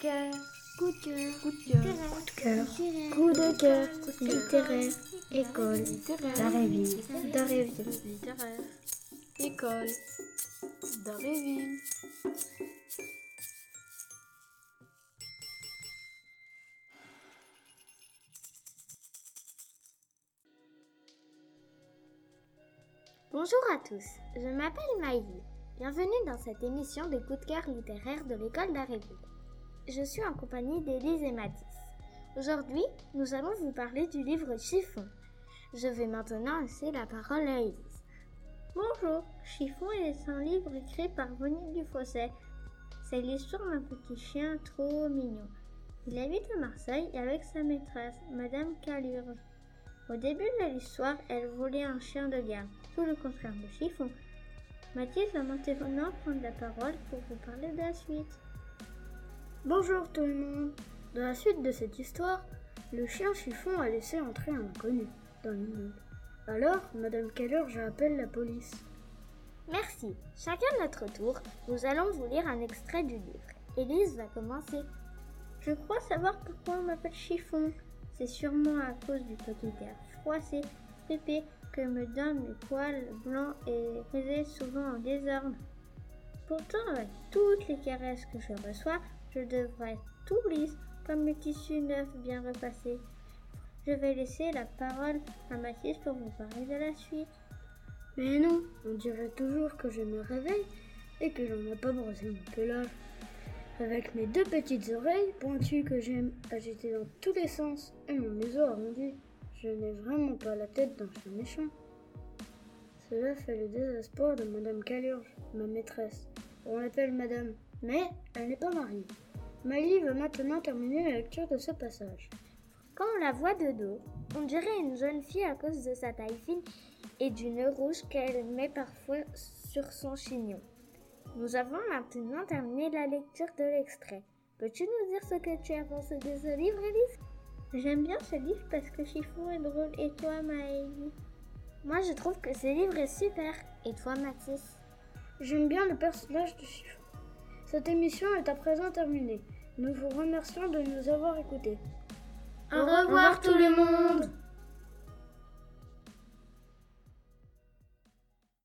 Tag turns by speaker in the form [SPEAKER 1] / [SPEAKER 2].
[SPEAKER 1] cœur,
[SPEAKER 2] Coup de cœur.
[SPEAKER 1] coup de cœur,
[SPEAKER 2] Coup de
[SPEAKER 3] cœur.
[SPEAKER 2] littéraire,
[SPEAKER 3] Coup de cœur.
[SPEAKER 2] Coup de cœur.
[SPEAKER 3] Littéraire. École.
[SPEAKER 1] littéraire,
[SPEAKER 3] Daréville. Daréville.
[SPEAKER 1] littéraire, école, Daréville.
[SPEAKER 2] Bonjour à tous, je m'appelle Maïli. Bienvenue dans cette émission des coups de cœur littéraires de l'école d'Aréville. Je suis en compagnie d'Élise et Mathis. Aujourd'hui, nous allons vous parler du livre Chiffon. Je vais maintenant laisser la parole à Élise. Bonjour, Chiffon est un livre écrit par Monique Dufausset. C'est l'histoire d'un petit chien trop mignon. Il habite à Marseille avec sa maîtresse, Madame Calurge. Au début de l'histoire, elle voulait un chien de garde, tout le contraire de chiffon. Mathis va maintenant prendre la parole pour vous parler de la suite. Bonjour tout le monde. Dans la suite de cette histoire, le chien chiffon a laissé entrer un inconnu dans l'immeuble. Alors, Madame Calurge appelle la police. Merci. Chacun de notre tour, nous allons vous lire un extrait du livre. Élise va commencer. Je crois savoir pourquoi on m'appelle chiffon. C'est sûrement à cause du petit air froissé, pépé, que me donnent mes poils blancs et frisés souvent en désordre. Pourtant, avec toutes les caresses que je reçois, je devrais être tout lisse comme le tissu neuf bien repassé. Je vais laisser la parole à Mathis pour vous parler de la suite. Mais non, on dirait toujours que je me réveille et que je n'ai pas brossé mon pelage. Avec mes deux petites oreilles pointues que j'aime agiter dans tous les sens et mon museau arrondi, je n'ai vraiment pas la tête d'un chien méchant. Cela fait le désespoir de Madame Calurge, ma maîtresse. On l'appelle Madame, mais elle n'est pas mariée. Mali va maintenant terminer la lecture de ce passage. Quand on la voit de dos, on dirait une jeune fille à cause de sa taille fine et du nœud rouge qu'elle met parfois sur son chignon. Nous avons maintenant terminé la lecture de l'extrait. Peux-tu nous dire ce que tu as pensé de ce livre, Elise J'aime bien ce livre parce que Chiffon est drôle. Et toi, Maëlie Moi, je trouve que ce livre est super. Et toi, Mathis J'aime bien le personnage de Chiffon. Cette émission est à présent terminée. Nous vous remercions de nous avoir écoutés.
[SPEAKER 1] Au revoir tout le monde